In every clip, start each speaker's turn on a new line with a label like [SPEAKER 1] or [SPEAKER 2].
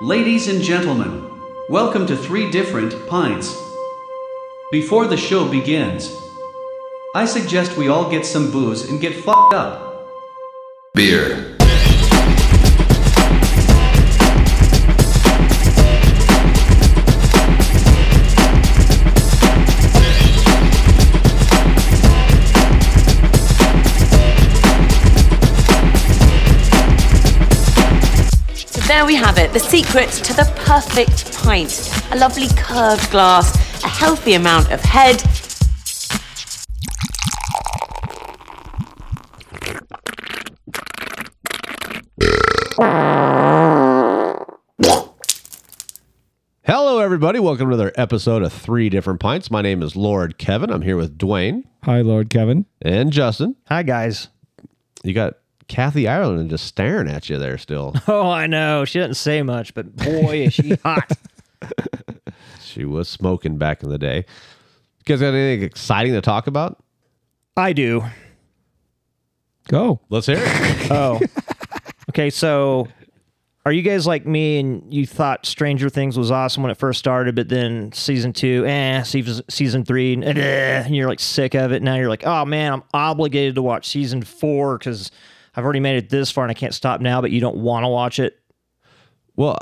[SPEAKER 1] Ladies and gentlemen, welcome to Three Different Pints. Before the show begins, I suggest we all get some booze and get fucked up.
[SPEAKER 2] Beer.
[SPEAKER 3] So there we have it, the secret to the perfect pint. A lovely curved glass, a healthy amount of head.
[SPEAKER 4] Hello, everybody. Welcome to another episode of Three Different Pints. My name is Lord Kevin. I'm here with Dwayne
[SPEAKER 5] Hi, Lord Kevin.
[SPEAKER 4] and Justin.
[SPEAKER 6] Hi guys.
[SPEAKER 4] You got Kathy Ireland just staring at you there still.
[SPEAKER 6] Oh, I know. She doesn't say much, but boy is she hot.
[SPEAKER 4] she was smoking back in the day. You guys got anything exciting to talk about?
[SPEAKER 6] I do.
[SPEAKER 5] Go.
[SPEAKER 4] Let's hear it.
[SPEAKER 6] Oh. Okay, so are you guys like me and you thought Stranger Things was awesome when it first started, but then season two, eh, season season three, eh, and you're like sick of it. Now you're like, oh man, I'm obligated to watch season four because I've already made it this far and I can't stop now, but you don't want to watch it.
[SPEAKER 4] well,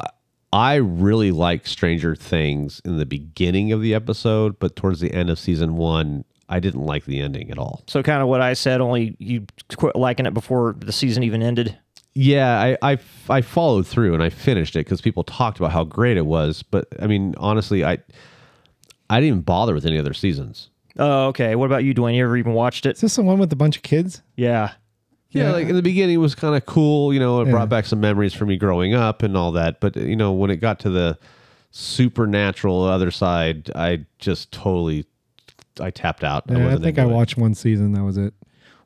[SPEAKER 4] I really like Stranger Things in the beginning of the episode, but towards the end of season one, I didn't like the ending at all.
[SPEAKER 6] So kind of what I said, only you quit liking it before the season even ended.
[SPEAKER 4] Yeah, I, I, I followed through and I finished it because people talked about how great it was. But I mean, honestly, I I didn't even bother with any other seasons.
[SPEAKER 6] Oh, okay. What about you, Dwayne? You ever even watched it?
[SPEAKER 5] Is this the one with a bunch of kids?
[SPEAKER 6] Yeah.
[SPEAKER 4] Yeah, like in the beginning it was kind of cool. You know, it brought back some memories for me growing up and all that. But you know, when it got to the supernatural other side, I just totally I tapped out.
[SPEAKER 5] Yeah, I
[SPEAKER 4] wasn't
[SPEAKER 5] think I
[SPEAKER 4] into it.
[SPEAKER 5] watched one season. That was it.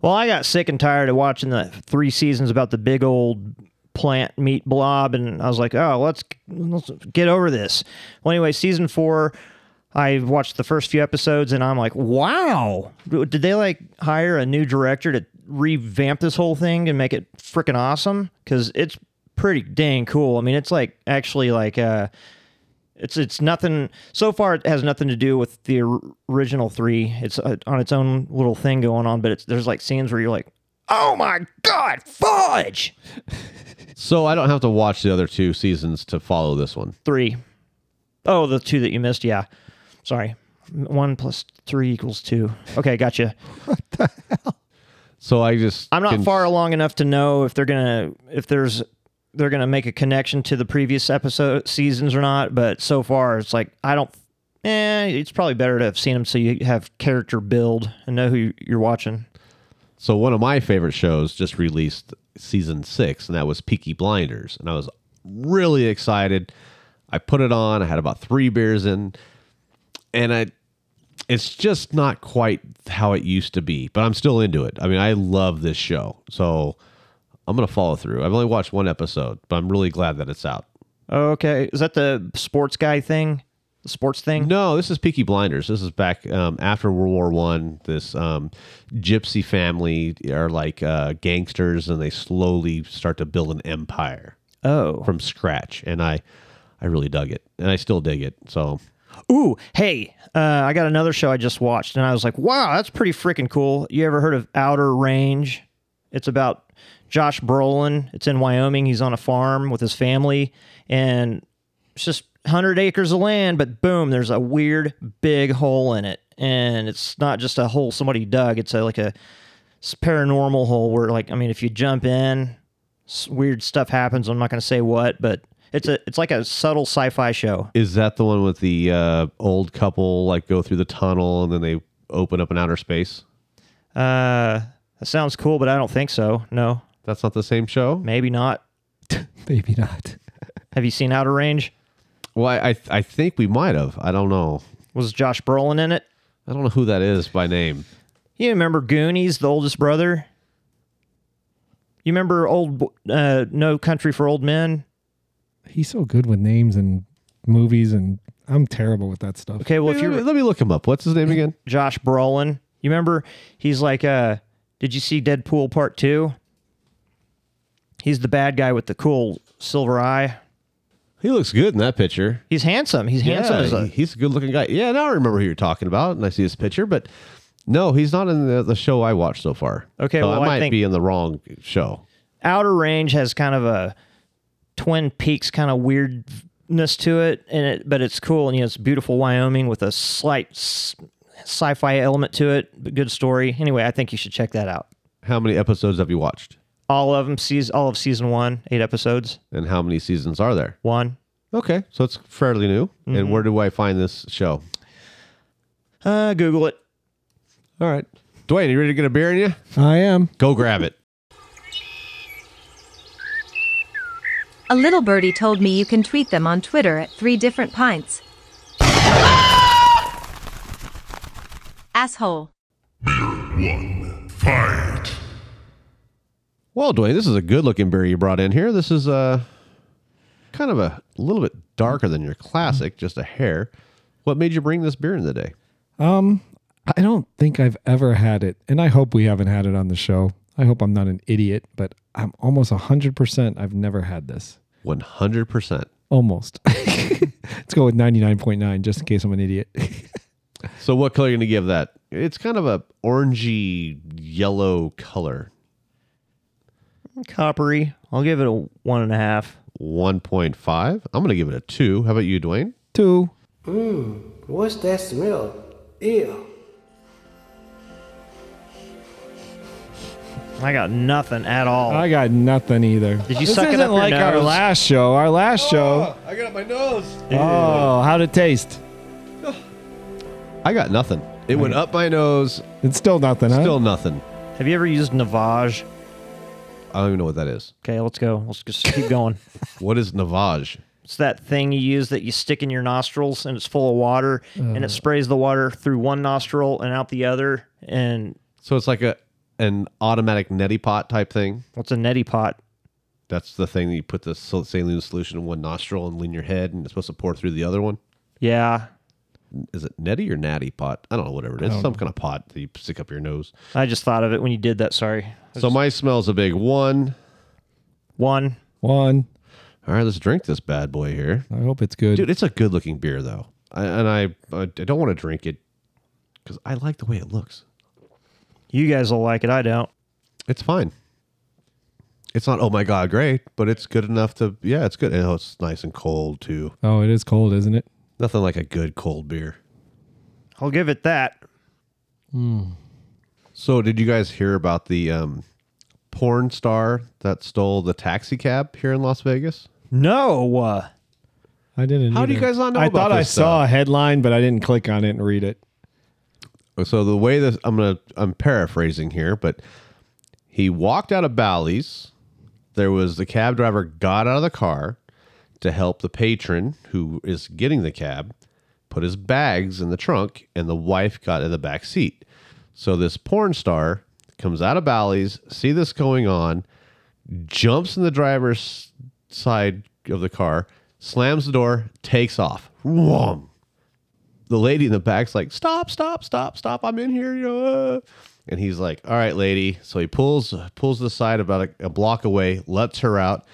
[SPEAKER 6] Well, I got sick and tired of watching the three seasons about the big old plant meat blob, and I was like, oh, let's let's get over this. Well, anyway, season four, I watched the first few episodes, and I'm like, wow, did they like hire a new director to revamp this whole thing and make it freaking awesome? Because it's pretty dang cool. I mean, it's like actually like uh, it's it's nothing so far. It has nothing to do with the or- original three. It's uh, on its own little thing going on, but it's there's like scenes where you're like, "Oh my god, fudge!"
[SPEAKER 4] So I don't have to watch the other two seasons to follow this one.
[SPEAKER 6] Three. Oh, the two that you missed. Yeah, sorry. One plus three equals two. Okay, gotcha.
[SPEAKER 4] So I just
[SPEAKER 6] I'm not
[SPEAKER 4] can-
[SPEAKER 6] far along enough to know if they're gonna if there's they're gonna make a connection to the previous episode seasons or not. But so far, it's like I don't. Eh, it's probably better to have seen them so you have character build and know who you're watching.
[SPEAKER 4] So one of my favorite shows just released season six, and that was Peaky Blinders, and I was really excited. I put it on. I had about three beers in, and I, it's just not quite how it used to be, but I'm still into it. I mean, I love this show, so I'm gonna follow through. I've only watched one episode, but I'm really glad that it's out.
[SPEAKER 6] Okay, is that the sports guy thing? The sports thing?
[SPEAKER 4] No, this is Peaky Blinders. This is back um, after World War One. This um, gypsy family are like uh, gangsters, and they slowly start to build an empire
[SPEAKER 6] Oh.
[SPEAKER 4] from scratch. And I, I really dug it, and I still dig it. So
[SPEAKER 6] Ooh, hey, uh, I got another show I just watched, and I was like, wow, that's pretty freaking cool. You ever heard of Outer Range? It's about Josh Brolin. It's in Wyoming. He's on a farm with his family, and it's just 100 acres of land, but boom, there's a weird big hole in it. And it's not just a hole somebody dug, it's a, like a s- paranormal hole where, like, I mean, if you jump in, s- weird stuff happens. I'm not going to say what, but. It's a it's like a subtle sci-fi show.
[SPEAKER 4] is that the one with the uh, old couple like go through the tunnel and then they open up in outer space?
[SPEAKER 6] Uh, that sounds cool, but I don't think so. No,
[SPEAKER 4] That's not the same show.
[SPEAKER 6] maybe not.
[SPEAKER 5] Maybe not.
[SPEAKER 6] Have you seen Outer Range?
[SPEAKER 4] Well, I I, I think we might have. I don't know.
[SPEAKER 6] Was Josh Brolin in it?
[SPEAKER 4] I don't know who that is by name.
[SPEAKER 6] You remember Goonies, the oldest brother? You remember old Bo- uh, No Country for Old Men?
[SPEAKER 5] He's so good with names and movies, and I'm terrible with that stuff.
[SPEAKER 6] Okay, well if
[SPEAKER 4] Let me-
[SPEAKER 6] you're
[SPEAKER 4] let me look him up. What's his name again?
[SPEAKER 6] Josh Brolin, you remember he's like uh did you see Deadpool Part 2? He's the bad guy with the cool silver eye.
[SPEAKER 4] He looks good in that picture.
[SPEAKER 6] He's handsome. He's handsome as
[SPEAKER 4] yeah,
[SPEAKER 6] a
[SPEAKER 4] he- he's a good looking guy. Yeah, now I remember who you're talking about, and I see his picture, but no, he's not in the, the show I watched so far.
[SPEAKER 6] Okay,
[SPEAKER 4] so
[SPEAKER 6] well,
[SPEAKER 4] I
[SPEAKER 6] I
[SPEAKER 4] might
[SPEAKER 6] think-
[SPEAKER 4] be in the wrong show.
[SPEAKER 6] Outer Range has kind of a Twin Peaks kind of weirdness to it, and it but it's cool and you know it's beautiful Wyoming with a slight s- sci-fi element to it. But good story. Anyway, I think you should check that out.
[SPEAKER 4] How many episodes have you watched,
[SPEAKER 6] All of them season all of season one, eight episodes.
[SPEAKER 4] and how many seasons are there?
[SPEAKER 6] One.
[SPEAKER 4] Okay, so it's fairly new.
[SPEAKER 6] Mm-hmm.
[SPEAKER 4] And where do I find this show?
[SPEAKER 6] Uh, Google it.
[SPEAKER 4] All right, Dwayne, you ready to get a beer in you?
[SPEAKER 5] I am.
[SPEAKER 4] Go grab it.
[SPEAKER 7] A little birdie told me you can tweet them on Twitter at three different pints. Asshole.
[SPEAKER 8] Fight.
[SPEAKER 4] Well, Dwayne, this is a good looking beer you brought in here. This is uh, kind of a little bit darker than your classic, just a hair. What made you bring this beer in today?
[SPEAKER 5] Um, I don't think I've ever had it, and I hope we haven't had it on the show. I hope I'm not an idiot, but I'm almost 100% I've never had this.
[SPEAKER 4] 100%.
[SPEAKER 5] Almost. Let's go with 99.9 just in case I'm an idiot.
[SPEAKER 4] So, what color are you going to give that? It's kind of a orangey yellow color,
[SPEAKER 6] Coppery. I'll give it a one and a half.
[SPEAKER 4] 1.5. I'm going to give it a 2. How about you, Dwayne?
[SPEAKER 5] Two.
[SPEAKER 9] What's that smell? Ew.
[SPEAKER 6] I got nothing at all.
[SPEAKER 5] I got nothing either.
[SPEAKER 6] Did you
[SPEAKER 5] this
[SPEAKER 6] suck it
[SPEAKER 5] isn't
[SPEAKER 6] up your
[SPEAKER 5] like our
[SPEAKER 6] nose?
[SPEAKER 5] last show. Our last show.
[SPEAKER 4] I got my nose.
[SPEAKER 5] Oh, how'd it taste?
[SPEAKER 4] I got nothing. It went up my nose,
[SPEAKER 5] It's still nothing, huh?
[SPEAKER 4] still nothing.
[SPEAKER 6] Have you ever used Navage?
[SPEAKER 4] I don't even know what that is.
[SPEAKER 6] Okay, let's go. Let's just keep going.
[SPEAKER 4] What is Navage?
[SPEAKER 6] It's that thing you use that you stick in your nostrils and it's full of water and it sprays the water through one nostril and out the other. And
[SPEAKER 4] So, it's like a an automatic neti pot type thing.
[SPEAKER 6] what's a neti pot?
[SPEAKER 4] That's the thing that you put the sol- saline solution in one nostril and lean your head, and it's supposed to pour through the other one.
[SPEAKER 6] Yeah.
[SPEAKER 4] Is it neti or natty pot? I don't know, whatever it is. Some kind of pot that you stick up your nose.
[SPEAKER 6] I just thought of it when you did that. Sorry.
[SPEAKER 4] So my smell's a big one.
[SPEAKER 6] One.
[SPEAKER 5] One.
[SPEAKER 4] All right, let's drink this bad boy here,
[SPEAKER 5] I hope it's good.
[SPEAKER 4] dude. It's a good looking beer though, I, and I I don't want to drink it because I like the way it looks.
[SPEAKER 6] You guys will like it. I don't.
[SPEAKER 4] It's fine. It's not oh my god great, but it's good enough to yeah, it's good. Oh, it's nice and cold too.
[SPEAKER 5] Oh, it is cold, isn't it?
[SPEAKER 4] Nothing like a good cold beer.
[SPEAKER 6] I'll give it that.
[SPEAKER 4] So, did you guys hear about the um, porn star that stole the taxi cab here in Las Vegas?
[SPEAKER 6] No. Uh,
[SPEAKER 5] I didn't.
[SPEAKER 4] How do you
[SPEAKER 5] either.
[SPEAKER 4] guys not know
[SPEAKER 5] I
[SPEAKER 4] about
[SPEAKER 5] thought I
[SPEAKER 4] this
[SPEAKER 5] saw a
[SPEAKER 4] stuff?
[SPEAKER 5] headline, but I didn't click on it and read it.
[SPEAKER 4] So the way this, I'm gonna, I'm paraphrasing here, but he walked out of Bally's. There was the cab driver got out of the car to help the patron who is getting the cab put his bags in the trunk, and the wife got in the back seat. So this porn star comes out of Bally's, see this going on, jumps in the driver's side of the car, slams the door, takes off. Wham! the lady in the back's like, "Stop! Stop! Stop! Stop! I'm in here!" You know. uh." And he's like, "All right, lady." So he pulls pulls to the side about a, a block away, lets her out,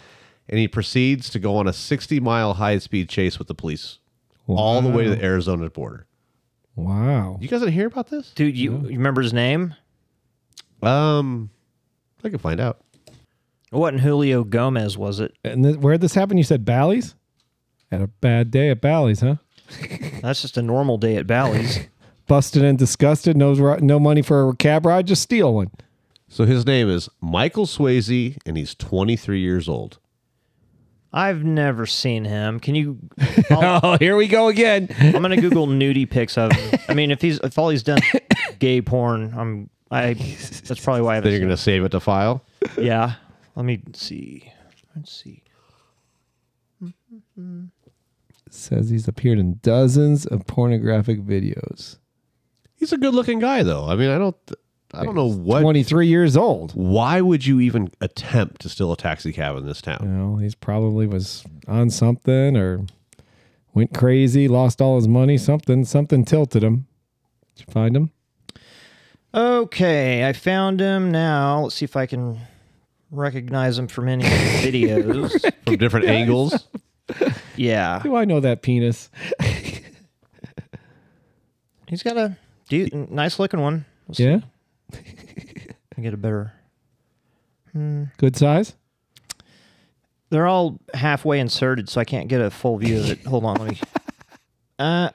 [SPEAKER 4] and he proceeds to go on a 60 mile high speed chase with the police, all the way to the Arizona border.
[SPEAKER 5] Wow.
[SPEAKER 4] You guys didn't hear about this?
[SPEAKER 6] dude, you, you remember his name?
[SPEAKER 4] Um, I can find out.
[SPEAKER 6] It wasn't Julio Gomez, was it?
[SPEAKER 5] And th- where this happened, you said Bally's? Had a bad day at Bally's, huh?
[SPEAKER 6] That's just a normal day at Bally's.
[SPEAKER 5] Busted and disgusted. No, ri- no money for a cab ride. Just steal one.
[SPEAKER 4] So his name is Michael Swayze, and he's 23 years old.
[SPEAKER 6] I've never seen him. Can you? I'll-
[SPEAKER 5] Oh, here we go again.
[SPEAKER 6] I'm gonna Google nudie pics of. Him. I mean, if he's if all he's done is gay porn, I'm I. That's probably why I
[SPEAKER 4] Then you're
[SPEAKER 6] haven't.
[SPEAKER 4] gonna save it to file.
[SPEAKER 6] Seen, yeah. Let me see. Let's see.
[SPEAKER 5] Says he's appeared in dozens of pornographic videos.
[SPEAKER 4] He's a good looking guy, though. I mean, I don't, I don't know what
[SPEAKER 5] 23 years old.
[SPEAKER 4] why would you even attempt to steal a taxi cab in this town?
[SPEAKER 5] Well, he's probably was on something or went crazy, lost all his money, something, something tilted him. Did you find him?
[SPEAKER 6] Okay, I found him now. Let's see if I can recognize him from any of the videos.
[SPEAKER 4] From different angles.
[SPEAKER 6] Yeah.
[SPEAKER 5] Do I know that penis?
[SPEAKER 6] He's got a do nice looking one. Let's see
[SPEAKER 5] Yeah.
[SPEAKER 6] if I can get a better.
[SPEAKER 5] Good size?
[SPEAKER 6] They're all halfway inserted, so I can't get a full view of it. Hold on, let me. Uh,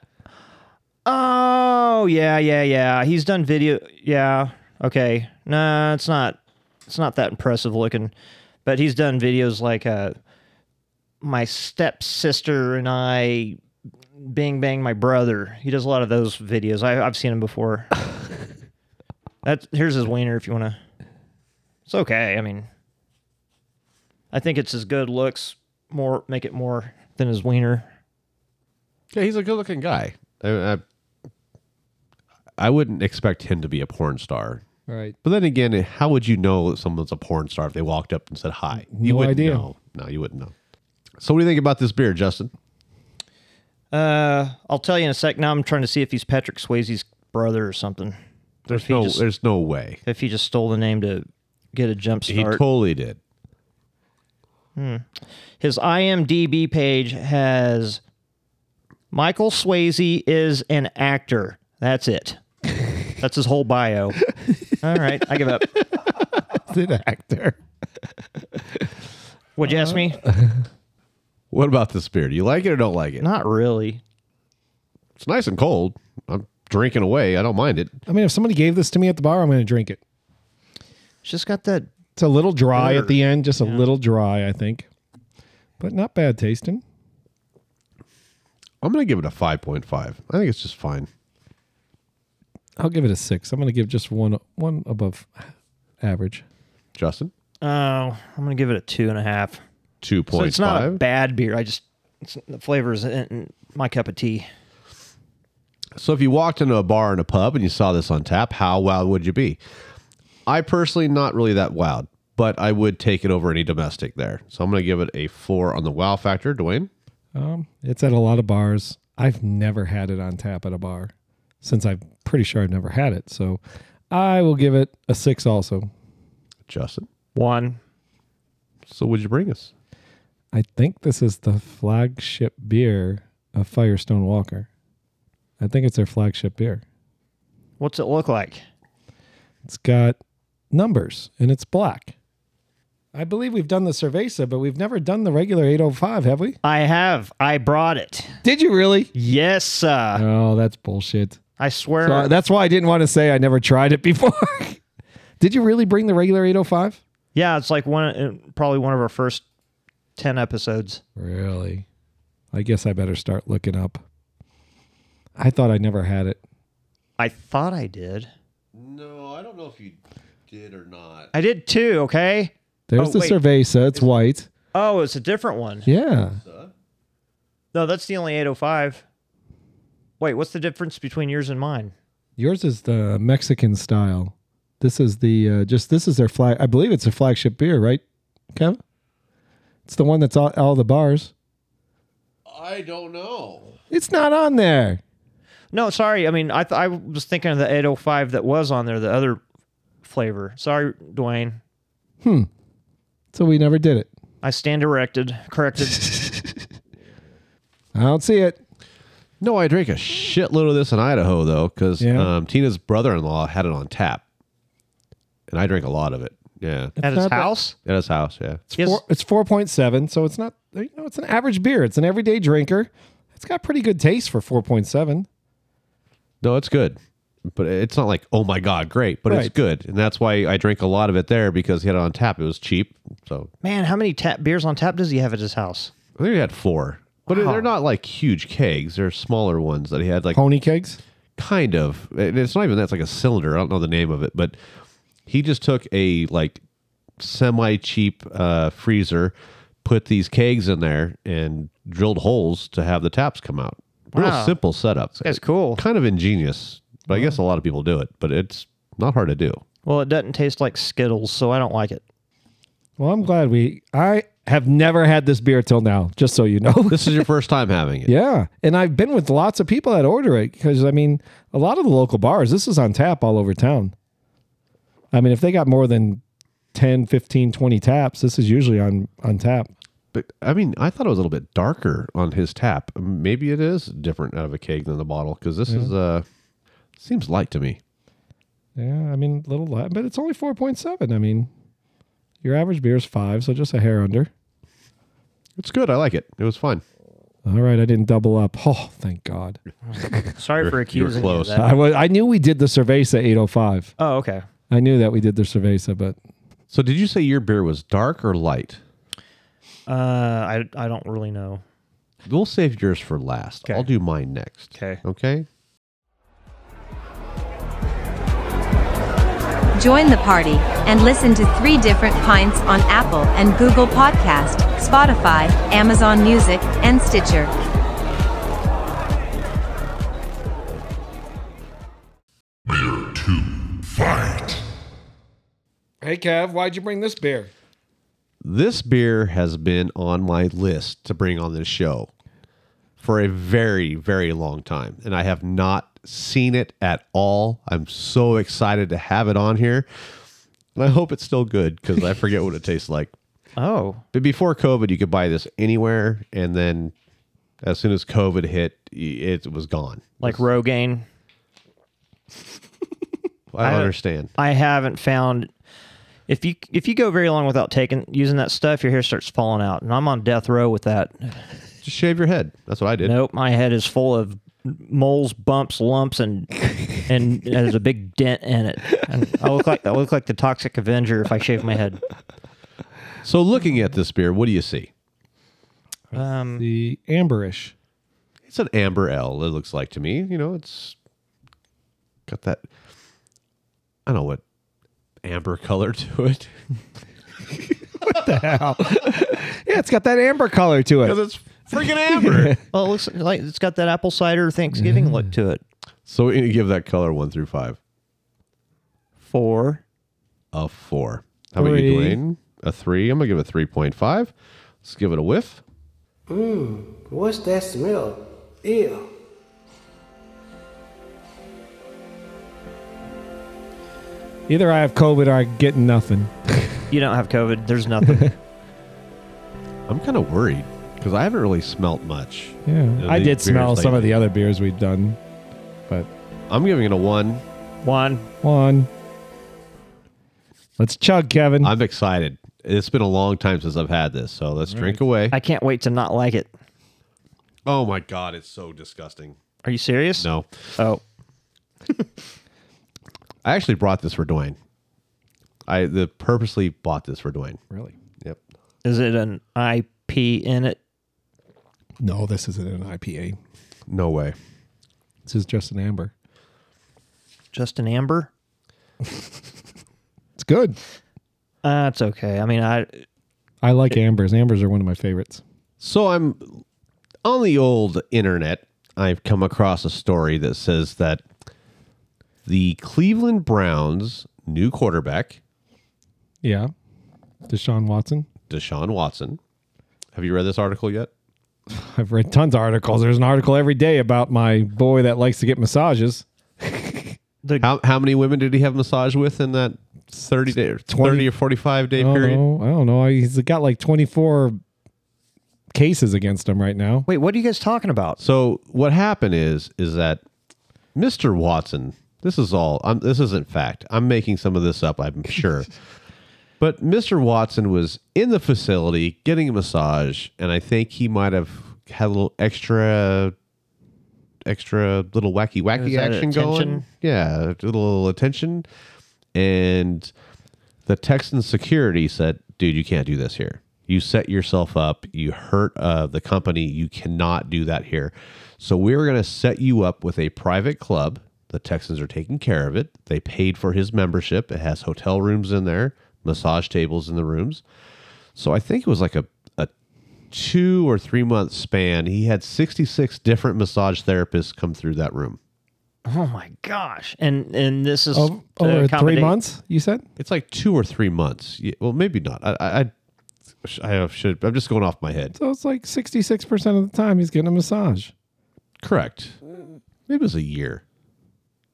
[SPEAKER 6] oh yeah, yeah, yeah. He's done video. Yeah, okay. Nah, it's not. It's not that impressive looking, but he's done videos like uh, my stepsister and I, Bing Bang my brother. He does a lot of those videos. I, I've seen him before. That's here's his wiener if you want to. It's okay. I mean, I think it's his good looks more make it more than his wiener.
[SPEAKER 4] Yeah, he's a good looking guy. I, I, I wouldn't expect him to be a porn star.
[SPEAKER 5] Right.
[SPEAKER 4] But then again, how would you know if someone's a porn star if they walked up and said hi? You
[SPEAKER 5] No
[SPEAKER 4] wouldn't
[SPEAKER 5] idea.
[SPEAKER 4] know. No, you wouldn't know. So what do you think about this beer, Justin?
[SPEAKER 6] Uh, I'll tell you in a sec. Now I'm trying to see if he's Patrick Swayze's brother or something. If
[SPEAKER 4] There's
[SPEAKER 6] he
[SPEAKER 4] no
[SPEAKER 6] just-
[SPEAKER 4] there's no way.
[SPEAKER 6] If he just stole the name to get a jump
[SPEAKER 4] He
[SPEAKER 6] start.
[SPEAKER 4] totally did.
[SPEAKER 6] His IMDb page has Michael Swayze is an actor. That's it. That's his whole bio. All right, I give up.
[SPEAKER 5] an actor.
[SPEAKER 6] Would you ask me?
[SPEAKER 4] What about this beer? Do you like it or don't like it?
[SPEAKER 6] Not really.
[SPEAKER 4] It's nice and cold. I'm drinking away. I don't mind it.
[SPEAKER 5] I mean, if somebody gave this to me at the bar, I'm going to drink it.
[SPEAKER 6] It's just got that
[SPEAKER 5] It's a little dry
[SPEAKER 6] Sure.
[SPEAKER 5] at the end, just a little dry, I think, but not bad tasting.
[SPEAKER 4] I'm gonna give it a five point five. I think it's just fine.
[SPEAKER 5] I'll give it a six. I'm going to give just one one above average.
[SPEAKER 4] Justin,
[SPEAKER 6] Oh, I'm gonna give it a two and a half.
[SPEAKER 4] two
[SPEAKER 6] So
[SPEAKER 4] point five.
[SPEAKER 6] it's not a bad beer. I just it's, the flavor is in, in my cup of tea.
[SPEAKER 4] So if you walked into a bar and a pub and you saw this on tap, how wowed would you be? I personally not really that wowed, but I would take it over any domestic there. So I'm going to give it a four on the wow factor. Dwayne,
[SPEAKER 5] Um, it's at a lot of bars. I've never had it on tap at a bar since I'm pretty sure I've never had it. So I will give it a six also.
[SPEAKER 4] Justin.
[SPEAKER 6] One.
[SPEAKER 4] So would you bring us?
[SPEAKER 5] I think this is the flagship beer of Firestone Walker. I think it's their flagship beer.
[SPEAKER 6] What's it look like?
[SPEAKER 5] It's got numbers and it's black. I believe we've done the Cerveza, but we've never done the regular 805, have we?
[SPEAKER 6] I have. I brought it.
[SPEAKER 5] Did you really?
[SPEAKER 6] Yes. Uh,
[SPEAKER 5] Oh, that's bullshit.
[SPEAKER 6] I swear.
[SPEAKER 5] So uh, that's why I didn't want to say I never tried it before. Did you really bring the regular 805?
[SPEAKER 6] yeah, it's like one uh, probably one of our first ten episodes.
[SPEAKER 5] Really? I guess I better start looking up. I thought I never had it.
[SPEAKER 6] I thought I did.
[SPEAKER 4] No, I don't know if you did or not.
[SPEAKER 6] I did too. Okay.
[SPEAKER 5] There's
[SPEAKER 6] Oh,
[SPEAKER 5] the
[SPEAKER 6] wait.
[SPEAKER 5] Cerveza. It's white.
[SPEAKER 6] Oh, it's a different one.
[SPEAKER 5] Yeah.
[SPEAKER 4] Oh,
[SPEAKER 6] No, that's the only 805. Wait, what's the difference between yours and mine?
[SPEAKER 5] Yours is the Mexican style. This is the uh, just this is their flag. I believe it's their flagship beer, right, Kevin? It's the one that's all, all the bars.
[SPEAKER 4] I don't know.
[SPEAKER 5] It's not on there.
[SPEAKER 6] No, sorry. I mean, I th- I was thinking of the 805 that was on there, the other flavor. Sorry, Dwayne.
[SPEAKER 5] So we never did it.
[SPEAKER 6] I stand erected, corrected.
[SPEAKER 5] I don't see it.
[SPEAKER 4] No, I drank a shitload of this in Idaho though, because
[SPEAKER 5] Yeah.
[SPEAKER 4] um, Tina's brother-in-law had it on tap, and I drank a lot of it. Yeah,
[SPEAKER 6] At
[SPEAKER 5] not
[SPEAKER 6] his
[SPEAKER 5] that-
[SPEAKER 6] house?
[SPEAKER 4] at his house. Yeah,
[SPEAKER 6] Yes.
[SPEAKER 5] Four, it's four point seven, so it's not. You know, it's an average beer. It's an everyday drinker. It's got pretty good taste for four point seven.
[SPEAKER 4] No, it's good. But it's not like, oh my God, great, but it's
[SPEAKER 5] Right.
[SPEAKER 4] good. And that's why I drank a lot of it there because he had it on tap. It was cheap. So
[SPEAKER 6] Man, how many tap beers on tap does he have at his house?
[SPEAKER 4] I think he had four. But
[SPEAKER 6] Wow.
[SPEAKER 4] they're not like huge kegs. They're smaller ones that he had, like
[SPEAKER 5] Pony kegs.
[SPEAKER 4] kind of. And it's not even that's like a cylinder. I don't know the name of it, but he just took a like semi cheap uh, freezer, put these kegs in there, and drilled holes to have the taps come out. Real
[SPEAKER 6] Wow.
[SPEAKER 4] simple setup.
[SPEAKER 6] That's cool.
[SPEAKER 4] Kind of ingenious, but I guess a lot of people do it. But it's not hard to do.
[SPEAKER 6] Well, it doesn't taste like Skittles, so I don't like it.
[SPEAKER 5] Well, I'm glad we. I have never had this beer till now. Just so you know.
[SPEAKER 4] This is your first time having it.
[SPEAKER 5] Yeah, and I've been with lots of people that order it because I mean, a lot of the local bars. This is on tap all over town. I mean, if they got more than 10, 15, 20 taps, this is usually on on tap.
[SPEAKER 4] but I mean, I thought it was a little bit darker on his tap. Maybe it is different out of a keg than the bottle because this is
[SPEAKER 6] Mm-hmm.
[SPEAKER 4] uh seems light to me.
[SPEAKER 5] Yeah, I mean, little light, but it's only 4.7. I mean, your average beer is five, so just a hair under.
[SPEAKER 4] It's good. I like it. It was fun.
[SPEAKER 5] All right, I didn't double up. Oh, thank God.
[SPEAKER 6] Sorry for
[SPEAKER 4] you were
[SPEAKER 6] accusing me of
[SPEAKER 4] close.
[SPEAKER 6] that.
[SPEAKER 5] I, was, I knew we did the Cerveza 805.
[SPEAKER 6] Oh, okay.
[SPEAKER 5] I knew that we did the Cerveza, but
[SPEAKER 4] So, did you say your beer was dark or light?
[SPEAKER 6] Uh, I I don't really know.
[SPEAKER 4] We'll save yours for last.
[SPEAKER 6] Okay.
[SPEAKER 4] I'll do mine next.
[SPEAKER 6] Okay.
[SPEAKER 4] Okay.
[SPEAKER 7] Join the party and listen to three different pints on Apple and Google Podcast, Spotify, Amazon Music, and Stitcher.
[SPEAKER 5] Hey, Kev, why'd you bring this beer?
[SPEAKER 4] This beer has been on my list to bring on this show for a very, very long time, and I have not seen it at all. I'm so excited to have it on here, and I hope it's still good because I forget what it tastes like.
[SPEAKER 6] Oh,
[SPEAKER 4] But before COVID, you could buy this anywhere, and then as soon as COVID hit, y- it was gone.
[SPEAKER 6] like Rogaine.
[SPEAKER 4] I don't
[SPEAKER 6] I-
[SPEAKER 4] understand.
[SPEAKER 6] I haven't found if you if you go very long without taking using that stuff, your hair starts falling out, and I'm on death row with that.
[SPEAKER 4] Just shave your head. That's what I did.
[SPEAKER 6] Nope, my head is full of moles, bumps, lumps, and and there's a big dent in it. And I look like I look like the Toxic Avenger if I shave my head.
[SPEAKER 4] So, looking at this beer, what do you see?
[SPEAKER 6] Um,
[SPEAKER 5] The Amberish.
[SPEAKER 4] It's an amber ale. It looks like to me. You know, it's got that. I don't know what amber color to it
[SPEAKER 5] Yeah, it's got that amber color to
[SPEAKER 4] because
[SPEAKER 5] it.
[SPEAKER 4] it's freaking amber.
[SPEAKER 6] well, it looks like it's got that apple cider Thanksgiving look to it.
[SPEAKER 4] so we're gonna give that color one through five.
[SPEAKER 6] Four.
[SPEAKER 4] A four. How about you,
[SPEAKER 5] Three.
[SPEAKER 4] Dwayne? A three. I'm gonna give it three point five. Let's give it a whiff.
[SPEAKER 9] What's that smell? Ew.
[SPEAKER 5] Either I have COVID or I'm getting nothing.
[SPEAKER 6] You don't have COVID. There's nothing.
[SPEAKER 4] I'm kind of worried because I haven't really smelt much.
[SPEAKER 5] Yeah.
[SPEAKER 4] Of
[SPEAKER 5] I
[SPEAKER 4] these
[SPEAKER 5] did smell
[SPEAKER 4] beers
[SPEAKER 5] some of
[SPEAKER 4] lately.
[SPEAKER 5] the other beers we've done, but
[SPEAKER 4] I'm giving it a one.
[SPEAKER 6] One.
[SPEAKER 5] one. Let's chug, Kevin.
[SPEAKER 4] I'm excited. It's been a long time since I've had this, so let's drink away.
[SPEAKER 6] I can't wait to not like it.
[SPEAKER 4] oh my god, it's so disgusting.
[SPEAKER 6] Are you serious?
[SPEAKER 4] No,
[SPEAKER 6] Oh,
[SPEAKER 4] I actually brought this for Dwayne. I the purposely bought this for Dwayne.
[SPEAKER 5] really?
[SPEAKER 4] Yep.
[SPEAKER 6] is it an IP in it?
[SPEAKER 5] No, this isn't an IPA.
[SPEAKER 4] No way.
[SPEAKER 5] This is just an amber.
[SPEAKER 6] Just an amber?
[SPEAKER 5] It's good.
[SPEAKER 6] Uh, it's okay. I mean, I
[SPEAKER 5] I like ambers. Ambers are one of my favorites.
[SPEAKER 4] So I'm on the old internet. I've come across a story that says that the Cleveland Browns new quarterback,
[SPEAKER 5] Yeah. Deshaun Watson.
[SPEAKER 4] Deshaun Watson. Have you read this article yet?
[SPEAKER 5] I've read tons of articles. There's an article every day about my boy that likes to get massages.
[SPEAKER 4] How, how many women did he have massage with in that 30 day or 30 or 45 day
[SPEAKER 5] I don't
[SPEAKER 4] period?
[SPEAKER 5] know. I don't know. He's got like 24 cases against him right now.
[SPEAKER 6] wait. What are you guys talking about?
[SPEAKER 4] So what happened is is that Mr. Watson, this is all I'm, this isn't fact. I'm making some of this up, I'm sure. but Mr. Watson was in the facility getting a massage and I think he might have had a little extra extra little wacky
[SPEAKER 6] Is
[SPEAKER 4] wacky
[SPEAKER 6] that
[SPEAKER 4] action
[SPEAKER 6] attention?
[SPEAKER 4] going. Yeah, a little attention and the Texan security said, "Dude, you can't do this here. You set yourself up. You hurt uh, the company. You cannot do that here. So we're going to set you up with a private club. The Texans are taking care of it. They paid for his membership. It has hotel rooms in there, massage tables in the rooms. So I think it was like a a two or three month span. He had sixty six different massage therapists come through that room.
[SPEAKER 6] Oh my gosh! And and this is
[SPEAKER 5] Over,
[SPEAKER 6] to
[SPEAKER 5] over three
[SPEAKER 6] accommodate-
[SPEAKER 5] months, you said?
[SPEAKER 4] It's like two or three months. Yeah, well, maybe not. I, I, I- I should. I'm just going off my head.
[SPEAKER 5] So it's like 66% of the time he's getting a massage.
[SPEAKER 4] Correct. Maybe it was a year.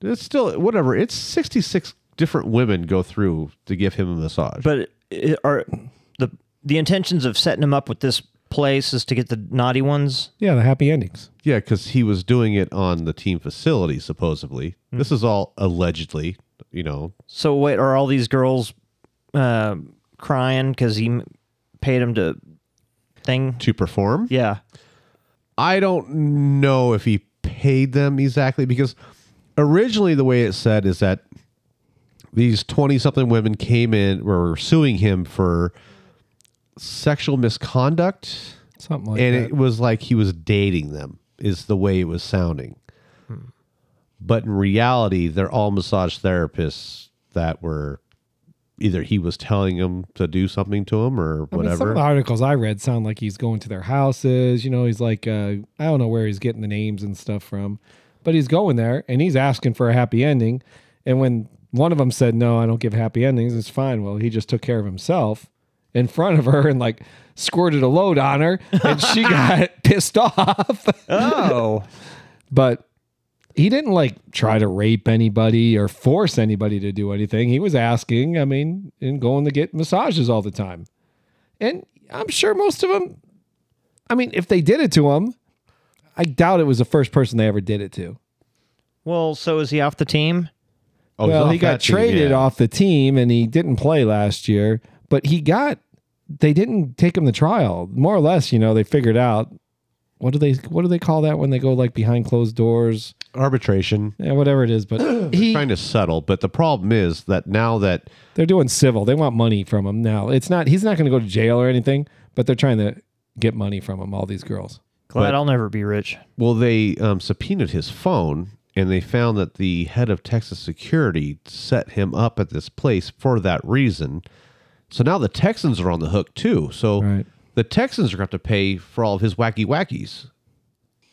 [SPEAKER 4] It's still whatever. It's 66 different women go through to give him a massage.
[SPEAKER 6] But it, are the the intentions of setting him up with this place is to get the naughty ones.
[SPEAKER 5] Yeah, the happy endings.
[SPEAKER 4] Yeah, because he was doing it on the team facility, supposedly. This is all allegedly, you know.
[SPEAKER 6] So wait, are all these girls uh, crying because he m- paid him to thing?
[SPEAKER 4] to perform.
[SPEAKER 6] Yeah,
[SPEAKER 4] I don't know if he paid them exactly because originally the way it said is that these 20 something women came in were suing him for sexual misconduct
[SPEAKER 5] Something like
[SPEAKER 4] and
[SPEAKER 5] that.
[SPEAKER 4] it was like he was dating them is the way it was sounding.
[SPEAKER 5] Hmm.
[SPEAKER 4] But in reality, they're all massage therapists that were either he was telling them to do something to him or
[SPEAKER 5] I mean, some
[SPEAKER 4] whatever.
[SPEAKER 5] of the articles I read sound like he's going to their houses. You know, he's like, uh, I don't know where he's getting the names and stuff from, but he's going there and he's asking for a happy ending. And when one of them said, No, I don't give happy endings, it's fine. Well, he just took care of himself in front of her and like squirted a load on her and she got pissed off. Oh. but he didn't like try to rape anybody or force anybody to do anything. He was asking, I mean, and going to get massages all the time. And I'm sure most of them, I mean, if they did it to him, I doubt it was the first person they ever did it to.
[SPEAKER 6] Well, so is he off the team?
[SPEAKER 4] Oh, he's
[SPEAKER 5] well,
[SPEAKER 4] off
[SPEAKER 5] he got
[SPEAKER 4] that team,
[SPEAKER 5] traded
[SPEAKER 4] yeah.
[SPEAKER 5] off the team and he didn't play last year, but he got, they didn't take him to trial. More or less, you know, they figured out. What do they what do they call that when they go like behind closed doors?
[SPEAKER 4] arbitration.
[SPEAKER 5] Yeah, whatever it is, but he
[SPEAKER 4] trying to settle. But the problem is that now that
[SPEAKER 5] They're doing civil. They want money from him now. It's not he's not going to go to jail or anything, but they're trying to get money from him. All these girls.
[SPEAKER 6] Glad
[SPEAKER 4] But-
[SPEAKER 6] I'll never be rich.
[SPEAKER 4] well, they um, subpoenaed his phone and they found that the head of Texas security set him up at this place for that reason. So now the Texans are on the hook too. So
[SPEAKER 5] Right.
[SPEAKER 4] the Texans are going to have to pay for all of his wacky wackies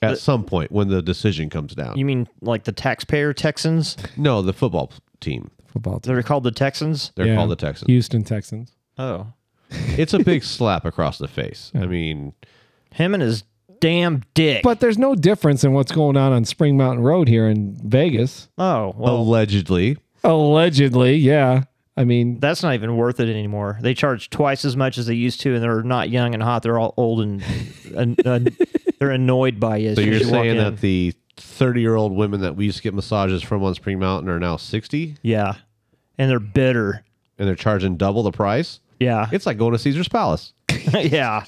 [SPEAKER 4] at some point when the decision comes down.
[SPEAKER 6] You mean like the taxpayer Texans?
[SPEAKER 4] no, the football team.
[SPEAKER 5] Football team.
[SPEAKER 6] They're called the Texans.
[SPEAKER 4] They're
[SPEAKER 5] Yeah.
[SPEAKER 4] called the Texans.
[SPEAKER 5] Houston Texans.
[SPEAKER 6] Oh,
[SPEAKER 4] it's a big slap across the face. I mean,
[SPEAKER 6] him and his damn dick.
[SPEAKER 5] But there's no difference in what's going on on Spring Mountain Road here in Vegas.
[SPEAKER 6] oh well,
[SPEAKER 4] allegedly.
[SPEAKER 5] Allegedly, yeah. I mean,
[SPEAKER 6] that's not even worth it anymore. They charge twice as much as they used to, and they're not young and hot. They're all old and, and, and they're annoyed by you. as
[SPEAKER 4] So
[SPEAKER 6] soon
[SPEAKER 4] you're
[SPEAKER 6] as you walk
[SPEAKER 4] saying
[SPEAKER 6] in.
[SPEAKER 4] that the 30 year old women that we used to get massages from on Spring Mountain are now 60
[SPEAKER 6] yeah, and they're bitter.
[SPEAKER 4] and they're charging double the price?
[SPEAKER 6] Yeah,
[SPEAKER 4] It's like going to Caesar's Palace.
[SPEAKER 6] yeah.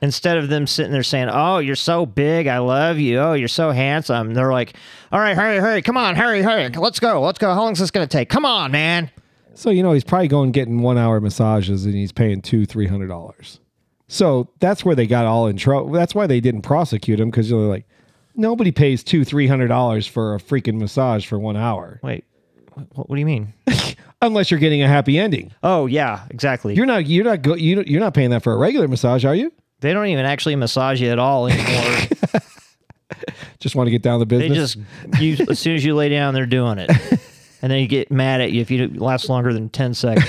[SPEAKER 6] Instead of them sitting there saying, "Oh, you're so big, I love you. Oh, you're so handsome," they're like, "All right, hurry, hurry, come on, hurry, hurry, let's go, let's go. How long's this gonna take? Come on, man."
[SPEAKER 5] so you know he's probably going getting one hour massages and he's paying two three hundred dollars. So that's where they got all in trouble. That's why they didn't prosecute him because you're like, nobody pays two three hundred dollars for a freaking massage for one hour
[SPEAKER 6] Wait, wh- what, what do you mean?
[SPEAKER 5] unless you're getting a happy ending.
[SPEAKER 6] oh, yeah, exactly.
[SPEAKER 5] You're not you're not go, you don't- you're not paying that for a regular massage, are you?
[SPEAKER 6] they don't even actually massage you at all anymore.
[SPEAKER 5] Just want to get down to
[SPEAKER 6] They
[SPEAKER 5] business.
[SPEAKER 6] just you as soon as you lay down, they're doing it, and then you get mad at you if you last longer than ten seconds.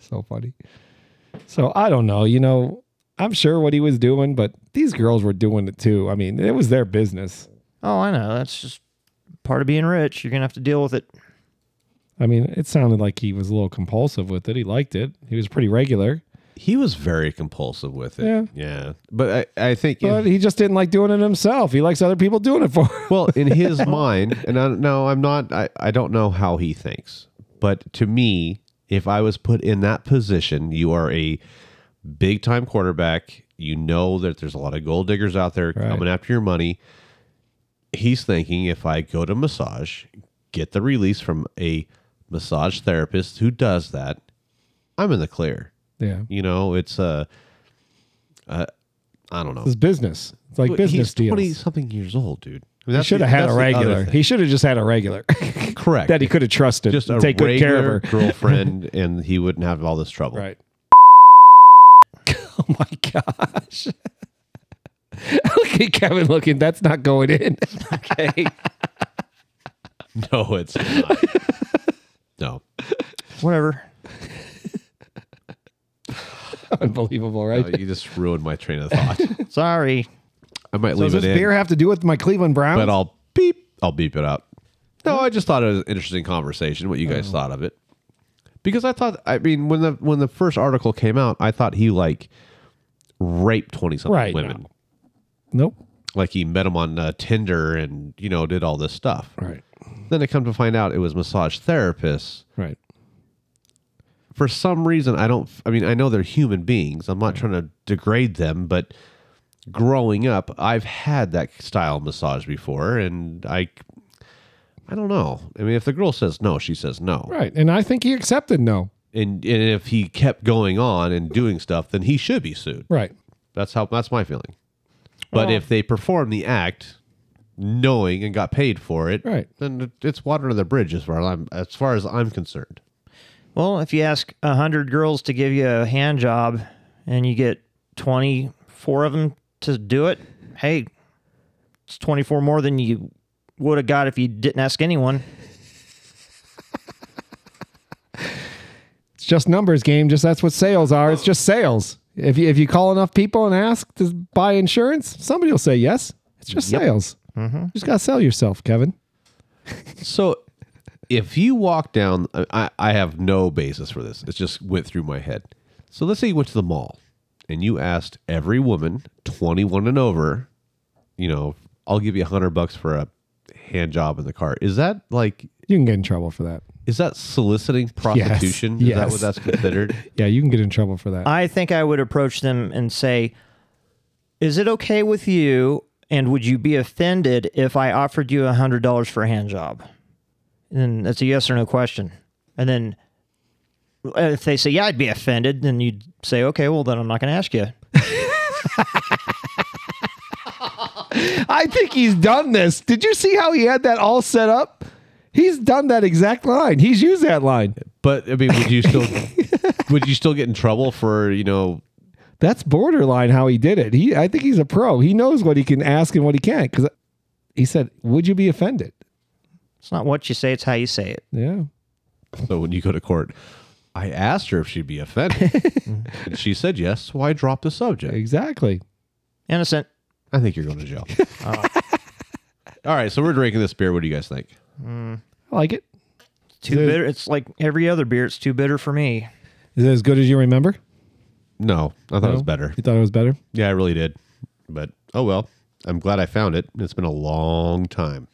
[SPEAKER 5] so funny. So I don't know, you know, I'm sure what he was doing, but these girls were doing it too. I mean, it was their business.
[SPEAKER 6] oh, I know. That's just part of being rich. You're gonna have to deal with it.
[SPEAKER 5] I mean, it sounded like he was a little compulsive with it. He liked it. He was pretty regular,
[SPEAKER 4] He was very compulsive with it.
[SPEAKER 5] Yeah.
[SPEAKER 4] But I, I think, in-
[SPEAKER 5] but he just didn't like doing it himself. He likes other people doing it for him.
[SPEAKER 4] well, in his mind, and I, no, I'm not, I, I don't know how he thinks, but to me, if I was put in that position, you are a big time quarterback. You know that there's a lot of gold diggers out there coming after your money. he's thinking if I go to massage, get the release from a massage therapist who does that, I'm in the clear.
[SPEAKER 5] Yeah,
[SPEAKER 4] You know, it's uh, uh I don't know.
[SPEAKER 5] it's business. It's like
[SPEAKER 4] But
[SPEAKER 5] business
[SPEAKER 4] he's twenty
[SPEAKER 5] deals.
[SPEAKER 4] something years old, dude. I mean,
[SPEAKER 5] He
[SPEAKER 4] that's
[SPEAKER 5] should
[SPEAKER 4] the-
[SPEAKER 5] have had
[SPEAKER 4] that's
[SPEAKER 5] a
[SPEAKER 4] the other
[SPEAKER 5] regular.
[SPEAKER 4] thing.
[SPEAKER 5] He should have just had a regular
[SPEAKER 4] correct
[SPEAKER 5] that he could have trusted
[SPEAKER 4] just
[SPEAKER 5] to
[SPEAKER 4] a
[SPEAKER 5] take good care of her.
[SPEAKER 4] regular girlfriend, and he wouldn't have all this trouble.
[SPEAKER 5] Right. oh my gosh. Look at Kevin looking. That's not going in. okay.
[SPEAKER 4] No, it's not. no.
[SPEAKER 6] Whatever.
[SPEAKER 5] Unbelievable, right?
[SPEAKER 4] No, you just ruined my train of thought.
[SPEAKER 6] Sorry.
[SPEAKER 4] I might
[SPEAKER 5] Does
[SPEAKER 4] leave
[SPEAKER 5] this
[SPEAKER 4] it in,
[SPEAKER 5] beer have to do with my Cleveland Browns?
[SPEAKER 4] but I'll beep. I'll beep it out. No, I just thought it was an interesting conversation. What you
[SPEAKER 5] Oh.
[SPEAKER 4] guys thought of it? Because I thought, I mean, when the when the first article came out, I thought he like raped twenty something
[SPEAKER 5] Right,
[SPEAKER 4] women,
[SPEAKER 5] no. Nope.
[SPEAKER 4] like he met them on uh, Tinder and you know did all this stuff.
[SPEAKER 5] Right.
[SPEAKER 4] Then I come to find out it was massage therapists.
[SPEAKER 5] Right.
[SPEAKER 4] For some reason, I don't. I mean, I know they're human beings. I'm not trying to degrade them, but growing up, I've had that style of massage before, and I, I don't know. I mean, if the girl says no, she says no.
[SPEAKER 5] Right. And I think he accepted no.
[SPEAKER 4] and and if he kept going on and doing stuff, then he should be sued.
[SPEAKER 5] Right.
[SPEAKER 4] That's how that's my feeling. But if they perform the act knowing and got paid for it,
[SPEAKER 5] Right.
[SPEAKER 4] then it- it's water under the bridge as far as I'm as far as I'm concerned.
[SPEAKER 6] Well, if you ask 100 girls to give you a hand job and you get 24 of them to do it, hey, it's 24 more than you would have got if you didn't ask anyone.
[SPEAKER 5] It's just numbers game. Just that's what sales are. It's just sales. If you if you call enough people and ask to buy insurance, somebody will say yes. It's just sales.
[SPEAKER 4] Mm-hmm.
[SPEAKER 5] You just gotta sell yourself, Kevin.
[SPEAKER 4] So if you walk down I- I, I have no basis for this. It just went through my head. So let's say you went to the mall and you asked every woman twenty one and over, you know, I'll give you a hundred bucks for a hand job in the car. Is that like
[SPEAKER 5] You can get in trouble for that.
[SPEAKER 4] Is that soliciting prostitution? Is that
[SPEAKER 5] Yes.
[SPEAKER 4] what that's considered?
[SPEAKER 5] Yeah, you can get in trouble for that.
[SPEAKER 6] I think I would approach them and say, Is it okay with you? And would you be offended if I offered you $100 for a hand job? And that's a yes or no question. And then uh, if they say, Yeah, I'd be offended, then you'd say, Okay, well, then I'm not going to ask you.
[SPEAKER 5] I think he's done this. Did you see how he had that all set up? He's done that exact line. He's used that line.
[SPEAKER 4] but I mean, would you still would you still get in trouble for you know?
[SPEAKER 5] That's borderline how he did it. He, I think he's a pro. He knows what he can ask and what he can't. Because he said, "Would you be offended?"
[SPEAKER 6] It's not what you say, it's how you say it.
[SPEAKER 5] Yeah.
[SPEAKER 4] So when you go to court, I asked her if she'd be offended, and she said yes. So I dropped the subject.
[SPEAKER 5] Exactly.
[SPEAKER 6] Innocent.
[SPEAKER 4] I think you're going to jail. Uh, All right, so we're drinking this beer. What do you guys think?
[SPEAKER 5] I like it.
[SPEAKER 6] Too
[SPEAKER 5] There's-
[SPEAKER 6] bitter. It's like every other beer, it's too bitter for me.
[SPEAKER 5] Is it as good as you remember?
[SPEAKER 4] No, I thought it was better.
[SPEAKER 5] You thought it was better?
[SPEAKER 4] Yeah, I really did. But oh well, I'm glad I found it. It's been a long time.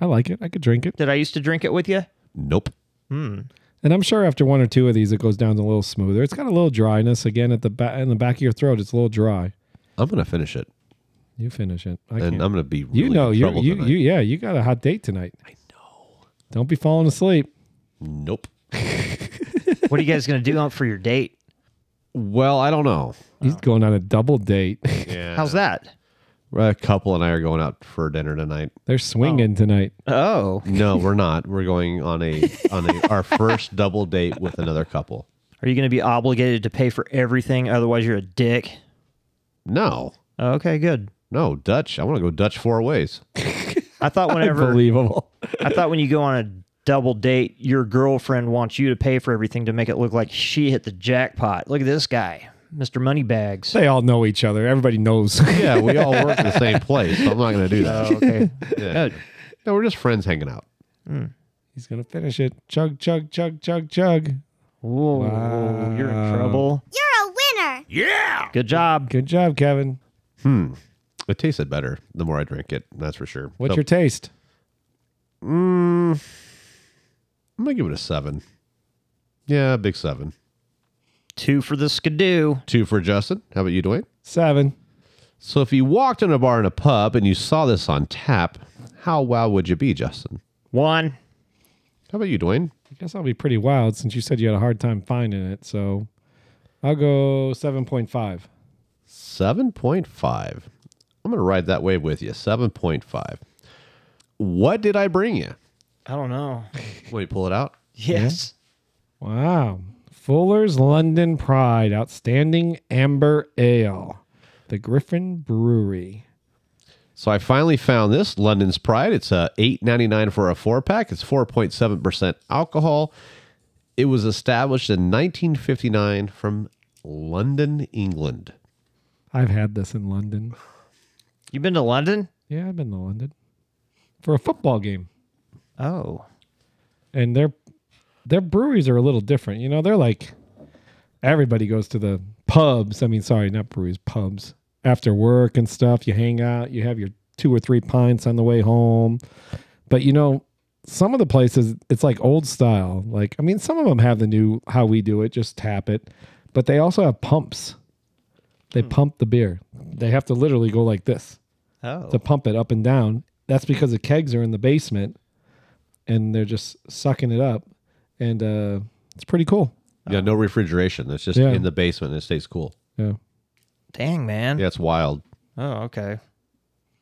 [SPEAKER 5] I like it. I could drink it.
[SPEAKER 6] Did I used to drink it with you?
[SPEAKER 4] Nope.
[SPEAKER 5] And I'm sure after one or two of these, it goes down a little smoother. It's got a little dryness again at the back in the back of your throat. It's a little dry.
[SPEAKER 4] I'm gonna finish it,
[SPEAKER 5] You finish it. I
[SPEAKER 4] and
[SPEAKER 5] can't.
[SPEAKER 4] I'm gonna be really
[SPEAKER 5] you know,
[SPEAKER 4] in
[SPEAKER 5] you
[SPEAKER 4] trouble
[SPEAKER 5] you,
[SPEAKER 4] tonight.
[SPEAKER 5] you yeah, you got a hot date tonight. I know. Don't be falling asleep.
[SPEAKER 4] Nope.
[SPEAKER 6] What are you guys going to do out for your date?
[SPEAKER 4] Well, I don't know.
[SPEAKER 5] He's going on a double date.
[SPEAKER 6] How's that?
[SPEAKER 4] A couple and I are going out for dinner tonight.
[SPEAKER 5] They're swinging tonight.
[SPEAKER 6] Oh.
[SPEAKER 4] No, we're not. We're going on a on a, our first double date with another couple.
[SPEAKER 6] Are you going to be obligated to pay for everything? Otherwise, you're a dick.
[SPEAKER 4] No,
[SPEAKER 6] Okay, good.
[SPEAKER 4] no Dutch. I want to go Dutch four ways.
[SPEAKER 6] I thought whenever
[SPEAKER 5] Unbelievable.
[SPEAKER 6] I thought when you go on a double date, your girlfriend wants you to pay for everything to make it look like she hit the jackpot. Look at this guy, Mr. Moneybags.
[SPEAKER 5] They all know each other. Everybody knows.
[SPEAKER 4] Yeah, we all work in the same place, so I'm not going to do that.
[SPEAKER 6] Okay.
[SPEAKER 4] Yeah. No, we're just friends hanging out.
[SPEAKER 5] He's gonna finish it. Chug, chug, chug, chug, chug.
[SPEAKER 6] Whoa, you're in trouble. You're a winner. Yeah. Good job.
[SPEAKER 5] Good job, Kevin.
[SPEAKER 4] It tasted better the more I drink it. That's for sure.
[SPEAKER 5] What's
[SPEAKER 4] So, mm,
[SPEAKER 5] your taste?
[SPEAKER 4] I'm gonna give it a seven. Yeah, big seven.
[SPEAKER 6] Two for the skidoo.
[SPEAKER 4] Two for Justin. How about you, Dwayne?
[SPEAKER 5] Seven.
[SPEAKER 4] So if you walked in a bar in a pub and you saw this on tap, how wow would you be, Justin?
[SPEAKER 6] One.
[SPEAKER 4] How about you, Dwayne?
[SPEAKER 5] I guess I'll be pretty wild since you said you had a hard time finding it. So I'll go 7.5.
[SPEAKER 4] Seven point five. I'm gonna ride that wave with you. Seven point five. What did I bring you?
[SPEAKER 6] I don't know.
[SPEAKER 4] Will you pull it out?
[SPEAKER 6] Yes.
[SPEAKER 5] Wow. Fuller's London Pride Outstanding Amber Ale, the Griffin Brewery.
[SPEAKER 4] So I finally found this London's Pride. It's uh, eight ninety nine for a four pack. It's four point seven percent alcohol. It was established in 1959 from London, England.
[SPEAKER 5] I've had this in London.
[SPEAKER 6] You've been to London?
[SPEAKER 5] Yeah, I've been to London for a football game.
[SPEAKER 6] Oh.
[SPEAKER 5] and their their breweries are a little different. You know, they're like everybody goes to the pubs. I mean, sorry, not breweries, pubs after work and stuff. You hang out, you have your two or three pints on the way home. But you know, some of the places it's like old style. Like I mean, some of them have the new how we do it, just tap it. But they also have pumps. They pump the beer. They have to literally go like this
[SPEAKER 6] Oh.
[SPEAKER 5] to pump it up and down. That's because the kegs are in the basement and they're just sucking it up. And uh, it's pretty cool.
[SPEAKER 4] Yeah, no refrigeration. That's just
[SPEAKER 5] Yeah.
[SPEAKER 4] in the basement and it stays cool.
[SPEAKER 5] Yeah.
[SPEAKER 6] Dang, man.
[SPEAKER 4] Yeah, it's wild.
[SPEAKER 6] Oh, okay.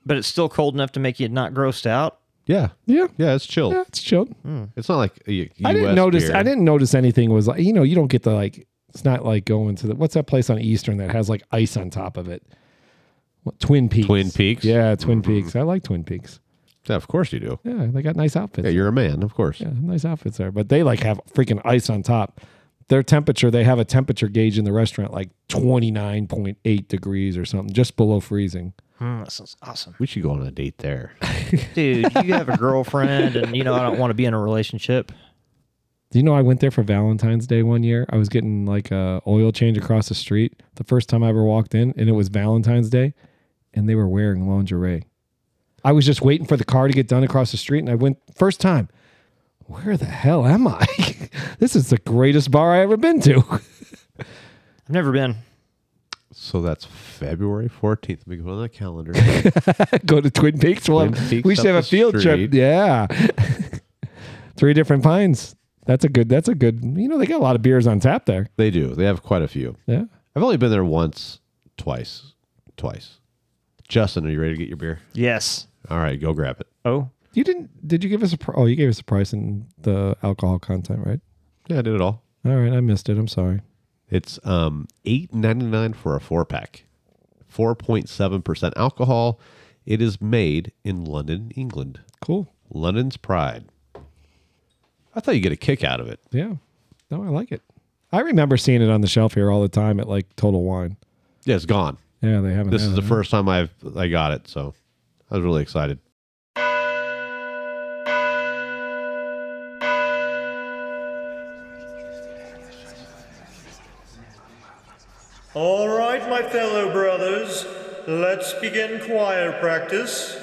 [SPEAKER 6] But it's still cold enough to make you not grossed out.
[SPEAKER 4] Yeah.
[SPEAKER 5] Yeah.
[SPEAKER 4] Yeah, it's chilled.
[SPEAKER 5] Yeah, it's chilled.
[SPEAKER 4] It's not like uh, I
[SPEAKER 5] I didn't notice I didn't notice anything was like you know, you don't get the like it's not like going to the what's that place on Eastern that has like ice on top of it? What, Twin Peaks.
[SPEAKER 4] Twin Peaks? Mm-hmm.
[SPEAKER 5] Yeah, Twin Peaks. I like Twin Peaks.
[SPEAKER 4] Yeah, of course you do.
[SPEAKER 5] Yeah, they got nice outfits.
[SPEAKER 4] Yeah, you're a man, of course.
[SPEAKER 5] Yeah, nice outfits there. But they like have freaking ice on top. Their temperature, they have a temperature gauge in the restaurant like 29.8 degrees or something, just below freezing.
[SPEAKER 4] Hmm,
[SPEAKER 6] Mm, that sounds awesome.
[SPEAKER 4] We should go on a date there.
[SPEAKER 6] Dude, you have a girlfriend and you know I don't want to be in a relationship.
[SPEAKER 5] Do you know I went there for Valentine's Day one year? I was getting like a oil change across the street the first time I ever walked in, and it was Valentine's Day, and they were wearing lingerie. I was just waiting for the car to get done across the street, and I went first time. Where the hell am I? this is the greatest bar I ever been to.
[SPEAKER 6] I've never been.
[SPEAKER 4] so that's February 14th. Let me go on the calendar.
[SPEAKER 5] go to Twin Peaks. Well,
[SPEAKER 4] Twin Peaks
[SPEAKER 5] we should
[SPEAKER 4] up
[SPEAKER 5] have
[SPEAKER 4] the
[SPEAKER 5] a field trip.
[SPEAKER 4] street.
[SPEAKER 5] Yeah, three different pines. That's a good. That's a good. You know, they got a lot of beers on tap there.
[SPEAKER 4] they do. They have quite a few.
[SPEAKER 5] Yeah.
[SPEAKER 4] I've only been there once, twice. Twice. Justin, are you ready to get your beer?
[SPEAKER 6] Yes.
[SPEAKER 4] All right, go grab it.
[SPEAKER 6] Oh.
[SPEAKER 5] You didn't? Did you give us a? Pr- oh, you gave us a price and the alcohol content, right?
[SPEAKER 4] Yeah, I did it all.
[SPEAKER 5] All right, I missed it. I'm sorry.
[SPEAKER 4] It's um eight ninety nine for a four pack, four point seven percent alcohol. It is made in London, England.
[SPEAKER 5] Cool.
[SPEAKER 4] London's pride. I thought you get a kick out of it.
[SPEAKER 5] Yeah. No, I like it. I remember seeing it on the shelf here all the time at like Total Wine.
[SPEAKER 4] Yeah, it's gone.
[SPEAKER 5] Yeah, they haven't.
[SPEAKER 4] This
[SPEAKER 5] had
[SPEAKER 4] is the
[SPEAKER 5] it.
[SPEAKER 4] first time I've I got it, so I was really excited.
[SPEAKER 8] All right, my fellow brothers, let's begin choir practice.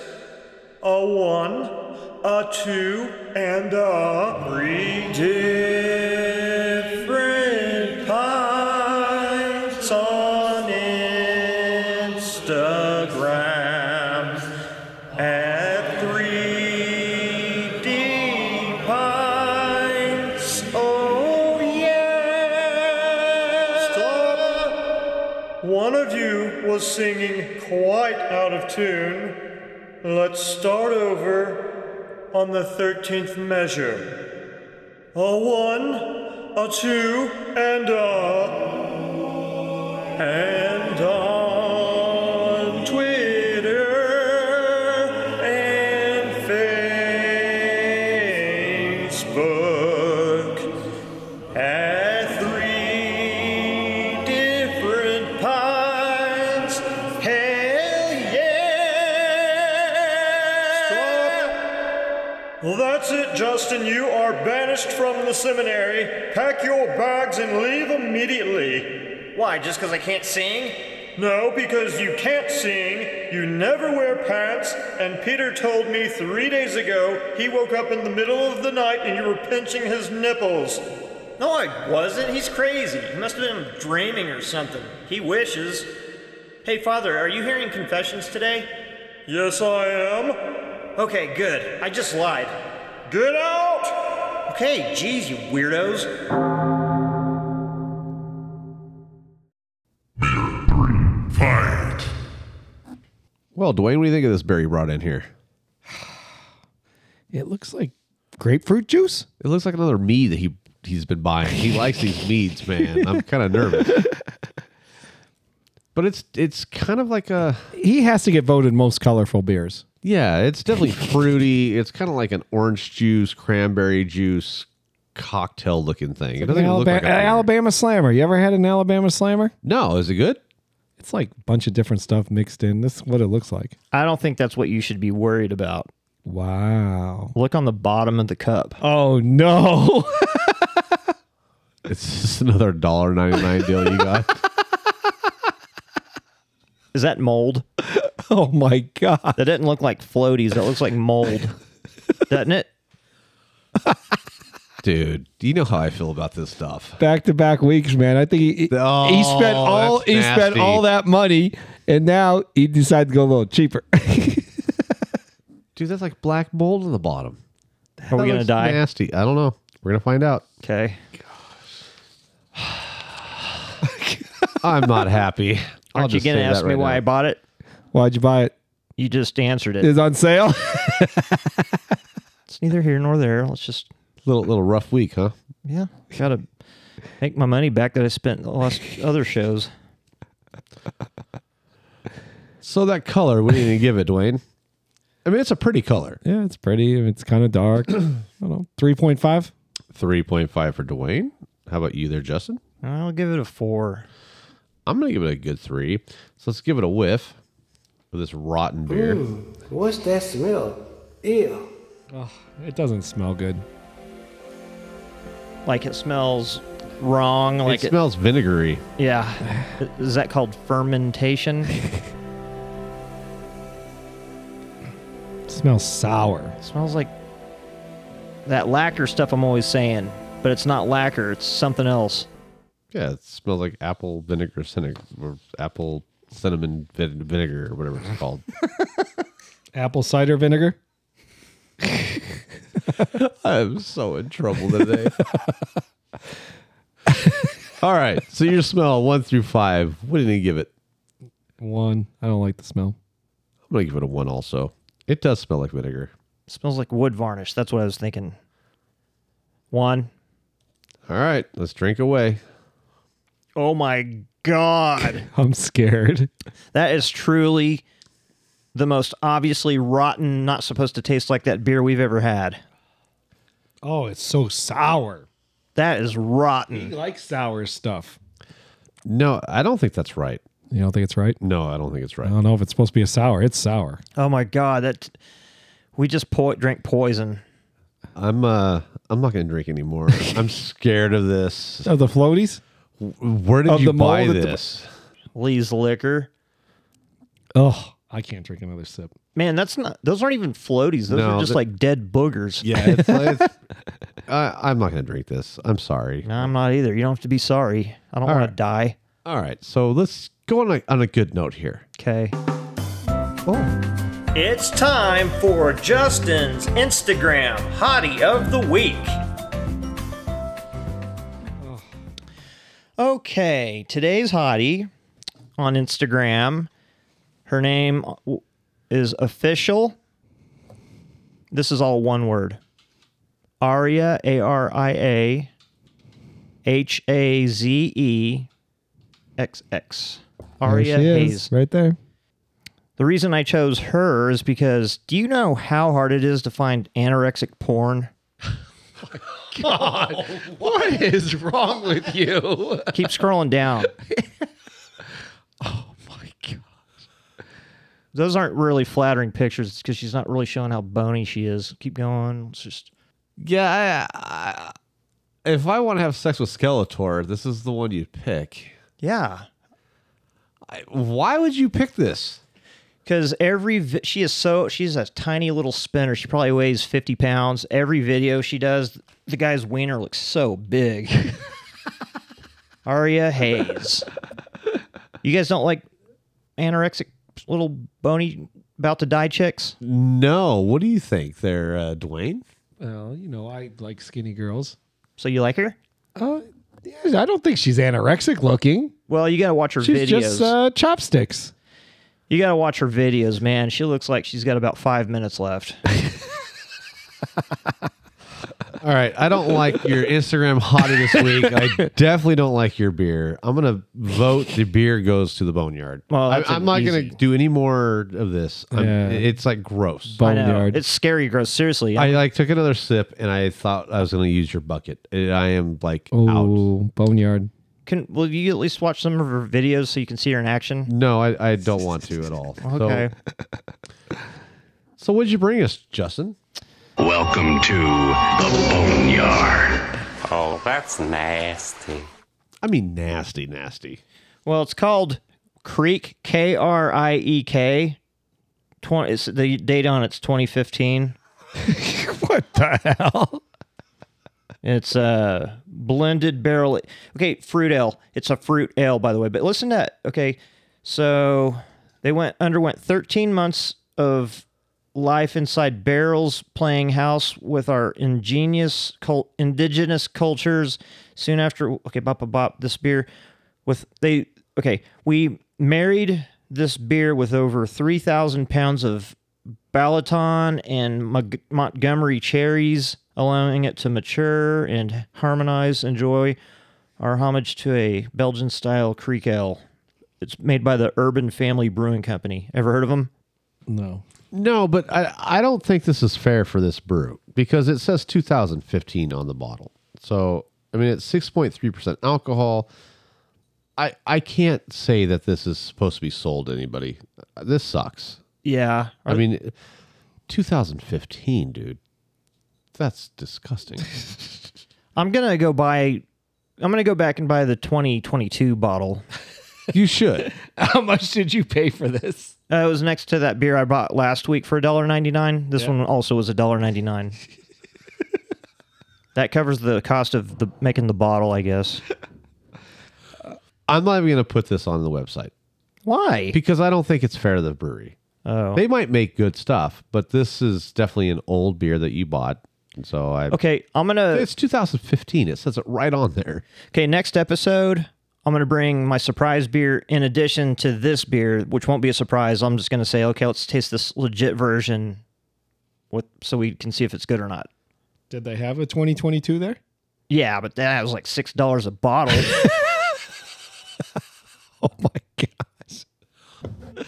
[SPEAKER 8] A one, a two, and a three different pints on Instagram at three D pints. Oh yeah! Stop. One of you was singing quite out of tune. Let's start over on the 13th measure. A one, a two, and a. And on Twitter and Facebook at three different pines. Hell yeah! Well, that's it, Justin. You are banished from the seminary. Pack your bags and leave immediately. Why, just because I can't sing? No, because you can't sing, you never wear pants, and Peter told me three days ago he woke up in the middle of the night and you were pinching his nipples. No, I wasn't. He's crazy. He must have been dreaming or something. He wishes. Hey, Father, are you hearing confessions today? Yes, I am. Okay, good. I just lied. Get out! Okay, geez, you weirdos.
[SPEAKER 4] Well, Dwayne, what do you think of this beer you brought in here?
[SPEAKER 5] It looks like grapefruit juice.
[SPEAKER 4] It looks like another mead that he he's been buying. He likes these meads, man. I'm kind of nervous. But it's it's kind of like a
[SPEAKER 5] He has to get voted most colorful beers.
[SPEAKER 4] yeah, it's definitely fruity. It's kind of like an orange juice, cranberry juice cocktail looking thing. It doesn't even look
[SPEAKER 5] Alabama,
[SPEAKER 4] like a beer.
[SPEAKER 5] Alabama Slammer. You ever had an Alabama Slammer?
[SPEAKER 4] No, is it good?
[SPEAKER 5] It's like a bunch of different stuff mixed in. This is what it looks like.
[SPEAKER 6] I don't think that's what you should be worried about.
[SPEAKER 5] Wow.
[SPEAKER 6] Look on the bottom of the cup.
[SPEAKER 5] Oh no.
[SPEAKER 4] It's just another dollar ninety nine deal you got.
[SPEAKER 6] Is that mold?
[SPEAKER 5] oh my god.
[SPEAKER 6] That doesn't look like floaties. That looks like mold, doesn't it?
[SPEAKER 4] Dude, do you know how I feel about this stuff?
[SPEAKER 5] Back to back weeks, man. I think he,
[SPEAKER 4] Oh,
[SPEAKER 5] he spent all
[SPEAKER 4] that's
[SPEAKER 5] he spent
[SPEAKER 4] nasty.
[SPEAKER 5] all that money and now he decided to go a little cheaper.
[SPEAKER 4] Dude, that's like black mold on the bottom.
[SPEAKER 6] Are
[SPEAKER 4] That
[SPEAKER 6] we gonna
[SPEAKER 4] looks
[SPEAKER 6] die?
[SPEAKER 4] Nasty. I don't know. We're gonna find out.
[SPEAKER 6] Okay.
[SPEAKER 4] I'm not happy. I'll
[SPEAKER 6] Aren't you
[SPEAKER 4] just
[SPEAKER 6] gonna
[SPEAKER 4] say
[SPEAKER 6] ask
[SPEAKER 4] that
[SPEAKER 6] me
[SPEAKER 4] right
[SPEAKER 6] why
[SPEAKER 4] now.
[SPEAKER 6] I bought it?
[SPEAKER 5] Why'd you buy it?
[SPEAKER 6] You just answered it.
[SPEAKER 5] It's on sale.
[SPEAKER 6] It's neither here nor there. Let's just
[SPEAKER 4] little little rough week, huh?
[SPEAKER 6] yeah, gotta make my money back that I spent the last other shows.
[SPEAKER 4] So that color, we didn't give it, Dwayne. I mean, it's a pretty color.
[SPEAKER 5] yeah, it's pretty. It's kind of dark. I don't know. 3.5?
[SPEAKER 4] Three point five for Dwayne. How about you there, Justin?
[SPEAKER 6] I'll give it a four.
[SPEAKER 4] I'm gonna give it a good three. So let's give it a whiff of this rotten beer.
[SPEAKER 9] What's that smell? Ew.
[SPEAKER 5] It doesn't smell good.
[SPEAKER 6] Like it smells wrong. Like
[SPEAKER 4] it
[SPEAKER 6] it,
[SPEAKER 4] smells vinegary.
[SPEAKER 6] yeah. Is that called fermentation? it
[SPEAKER 5] It smells sour.
[SPEAKER 6] smells like that lacquer stuff I'm always saying, but it's not lacquer. It's something else.
[SPEAKER 4] Yeah, it smells like apple vinegar vinegar or apple cinnamon vin- vinegar or whatever it's called.
[SPEAKER 5] Apple cider vinegar?
[SPEAKER 4] I'm so in trouble today. All right, so your smell one through five. What did you give it?
[SPEAKER 5] One. I don't like the smell.
[SPEAKER 4] I'm gonna give it a one. Also, it does smell like vinegar.
[SPEAKER 6] smells like wood varnish. That's what I was thinking. One.
[SPEAKER 4] All right, let's drink away.
[SPEAKER 6] Oh my god.
[SPEAKER 5] I'm scared.
[SPEAKER 6] That is truly the most obviously rotten, not supposed to taste like that beer we've ever had.
[SPEAKER 5] Oh, it's so sour.
[SPEAKER 6] That is rotten.
[SPEAKER 5] He likes sour stuff.
[SPEAKER 4] No, I don't think that's right.
[SPEAKER 5] You don't think it's right?
[SPEAKER 4] No, I don't think it's
[SPEAKER 5] I
[SPEAKER 4] right.
[SPEAKER 5] don't know if it's supposed to be a sour. It's sour.
[SPEAKER 6] Oh my god, that we just po- drank poison.
[SPEAKER 4] I'm uh, I'm not gonna drink anymore. I'm scared of this.
[SPEAKER 5] Of Oh, the floaties?
[SPEAKER 4] Where did
[SPEAKER 5] Of
[SPEAKER 4] you
[SPEAKER 5] the
[SPEAKER 4] buy
[SPEAKER 5] mold at the-
[SPEAKER 4] this?
[SPEAKER 6] Lee's liquor.
[SPEAKER 5] Oh, I can't drink another sip.
[SPEAKER 6] Man, that's not those aren't even floaties. Those
[SPEAKER 4] No,
[SPEAKER 6] are just
[SPEAKER 4] the-
[SPEAKER 6] like dead boogers.
[SPEAKER 4] yeah, it's, it's, I, I'm not gonna drink this. I'm sorry.
[SPEAKER 6] No, I'm not either. You don't have to be sorry. I don't want to die.
[SPEAKER 4] All right, so let's go on a, on a good note here.
[SPEAKER 6] Okay. Oh.
[SPEAKER 8] It's time for Justin's Instagram Hottie of the Week.
[SPEAKER 6] Oh. Okay, today's hottie on Instagram. Her name w- is official. This is all one word. Aria A R I A H A Z E X X. Aria Hayes.
[SPEAKER 5] Right there.
[SPEAKER 6] The reason I chose her is because do you know how hard it is to find anorexic porn?
[SPEAKER 4] Oh, What is wrong with you?
[SPEAKER 6] Keep scrolling down. oh my god. Those aren't really flattering pictures because she's not really showing how bony she is. Keep going. It's just
[SPEAKER 4] Yeah, I, I, if I want to have sex with Skeletor, this is the one you'd pick.
[SPEAKER 6] yeah.
[SPEAKER 4] I, why would you pick this?
[SPEAKER 6] Because every vi- she is so she's a tiny little spinner. She probably weighs fifty pounds. Every video she does, the guy's wiener looks so big. Aria Hayes. You guys don't like anorexic little bony about to die chicks?
[SPEAKER 4] No, what do you think there, uh, Dwayne?
[SPEAKER 5] Well, you know, I like skinny girls.
[SPEAKER 6] So you like her?
[SPEAKER 5] Uh, yeah, I don't think she's anorexic looking.
[SPEAKER 6] Well, you gotta watch her
[SPEAKER 5] She's
[SPEAKER 6] videos.
[SPEAKER 5] just uh, chopsticks.
[SPEAKER 6] you gotta watch her videos, man. She looks like she's got about five minutes left.
[SPEAKER 4] All right, I don't like your Instagram hottie this week. I definitely don't like your beer. I'm gonna vote the beer goes to the boneyard.
[SPEAKER 6] Well,
[SPEAKER 4] I,
[SPEAKER 6] that's
[SPEAKER 4] I'm
[SPEAKER 6] an
[SPEAKER 4] not
[SPEAKER 6] easy-
[SPEAKER 4] gonna do any more of this. I'm-
[SPEAKER 5] Yeah.
[SPEAKER 4] It's like gross.
[SPEAKER 5] Oh,
[SPEAKER 6] I know
[SPEAKER 5] Boneyard.
[SPEAKER 6] it's scary, gross. Seriously,
[SPEAKER 4] I like took another sip and I thought I was gonna use your bucket. And I am like out.
[SPEAKER 5] Oh, boneyard.
[SPEAKER 6] can will you at least watch some of her videos so you can see her in action?
[SPEAKER 4] No, I, I don't want to at all.
[SPEAKER 6] Okay.
[SPEAKER 4] So, So what'd you bring us, Justin?
[SPEAKER 10] Welcome to the Boneyard.
[SPEAKER 11] Oh, that's nasty.
[SPEAKER 4] I mean, nasty, nasty.
[SPEAKER 6] Well, it's called Creek K R I E K. Twenty. It's the date on it's 2015.
[SPEAKER 4] What the hell?
[SPEAKER 6] It's a blended barrel. Okay, fruit ale. It's a fruit ale, by the way. But listen to that. Okay, so they went underwent 13 months of life inside barrels, playing house with our ingenious cul- indigenous cultures. Soon after, okay, bop bop bop. This beer with they. Okay, we married this beer with over 3,000 pounds of Balaton and Mog- Montgomery cherries, allowing it to mature and harmonize. Enjoy our homage to a Belgian style Creek ale. It's made by the Urban Family Brewing Company. Ever heard of them?
[SPEAKER 5] No.
[SPEAKER 4] No, but I, I don't think this is fair for this brew because it says 2015 on the bottle. So I mean, it's 6.3% alcohol. I I can't say that this is supposed to be sold to anybody. This sucks.
[SPEAKER 6] Yeah.
[SPEAKER 4] I mean, 2015, dude. That's disgusting.
[SPEAKER 6] I'm gonna go buy. I'm gonna go back and buy the 2022 bottle.
[SPEAKER 4] you should.
[SPEAKER 5] How much did you pay for this?
[SPEAKER 6] Uh, it was next to that beer I bought last week for $1.99. This one also was $1.99. that covers the cost of the making the bottle, I guess.
[SPEAKER 4] I'm not even going to put this on the website
[SPEAKER 6] Why?
[SPEAKER 4] because I don't think it's fair to the brewery.
[SPEAKER 6] Oh.
[SPEAKER 4] They might make good stuff, but this is definitely an old beer that you bought. And so I.
[SPEAKER 6] Okay, I'm gonna.
[SPEAKER 4] It's 2015. It says it right on there.
[SPEAKER 6] Okay, next episode, I'm gonna bring my surprise beer in addition to this beer, which won't be a surprise. I'm just gonna say, okay, let's taste this legit version, with so we can see if it's good or not.
[SPEAKER 5] Did they have a 2022 there?
[SPEAKER 6] Yeah, but that was like six dollars a bottle.
[SPEAKER 4] Oh my gosh.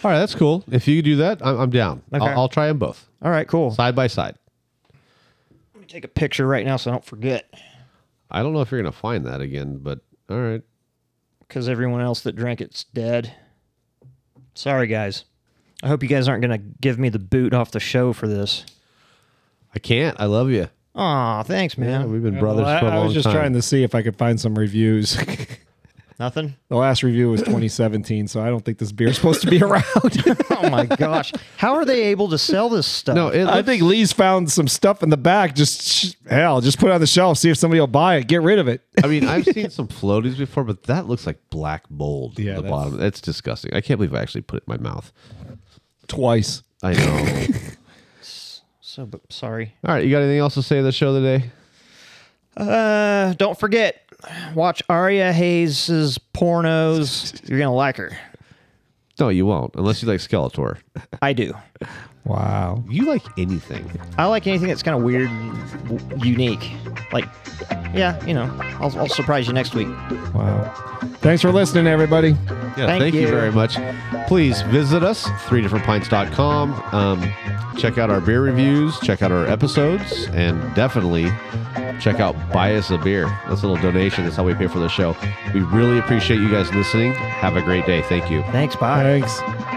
[SPEAKER 4] All right, that's cool. If you do that, I'm, I'm down.
[SPEAKER 6] Okay.
[SPEAKER 4] I'll, I'll try them both
[SPEAKER 6] All right, cool.
[SPEAKER 4] side by side.
[SPEAKER 6] Let me take a picture right now so I don't forget,
[SPEAKER 4] I don't know if you're going to find that again, but all right.
[SPEAKER 6] because everyone else that drank it's dead. Sorry, guys. I hope you guys aren't gonna give me the boot off the show for this.
[SPEAKER 4] I can't. I love you.
[SPEAKER 6] Aw, thanks, man.
[SPEAKER 4] We've been brothers
[SPEAKER 5] Well, I-
[SPEAKER 4] for a
[SPEAKER 5] I
[SPEAKER 4] long
[SPEAKER 5] was just
[SPEAKER 4] time.
[SPEAKER 5] trying to see if I could find some reviews.
[SPEAKER 6] Nothing.
[SPEAKER 5] the last review was 2017, so I don't think this beer's supposed to be around.
[SPEAKER 6] Oh my gosh! How are they able to sell this stuff?
[SPEAKER 4] no, it
[SPEAKER 5] I
[SPEAKER 4] looks-
[SPEAKER 5] think Lee's found some stuff in the back. Just sh- hell, just put it on the shelf, see if somebody will buy it. Get rid of it.
[SPEAKER 4] I mean, I've seen some floaties before, but that looks like black mold
[SPEAKER 5] Yeah,
[SPEAKER 4] at the
[SPEAKER 5] that's-
[SPEAKER 4] bottom. That's disgusting. I can't believe I actually put it in my mouth.
[SPEAKER 5] Twice.
[SPEAKER 4] I know.
[SPEAKER 6] So b- sorry.
[SPEAKER 4] All right, you got anything else to say to the show today?
[SPEAKER 6] Uh, don't forget, watch Aria Hayes' pornos. You're gonna like her.
[SPEAKER 4] No, you won't, unless you like Skeletor.
[SPEAKER 6] I do.
[SPEAKER 5] Wow.
[SPEAKER 4] You like anything?
[SPEAKER 6] I like anything that's kind of weird, and w- unique. Like, yeah, you know, I'll, I'll surprise you next week.
[SPEAKER 5] Wow. Thanks for listening, everybody.
[SPEAKER 4] Yeah,
[SPEAKER 6] Thank
[SPEAKER 4] thank, you.
[SPEAKER 6] you.
[SPEAKER 4] very much. Please visit us, three different pints.com. Um, check out our beer reviews, check out our episodes, and definitely check out Buy Us a Beer. That's a little donation. That's how we pay for the show. We really appreciate you guys listening. Have a great day. Thank you.
[SPEAKER 6] Thanks. Bye.
[SPEAKER 5] Thanks.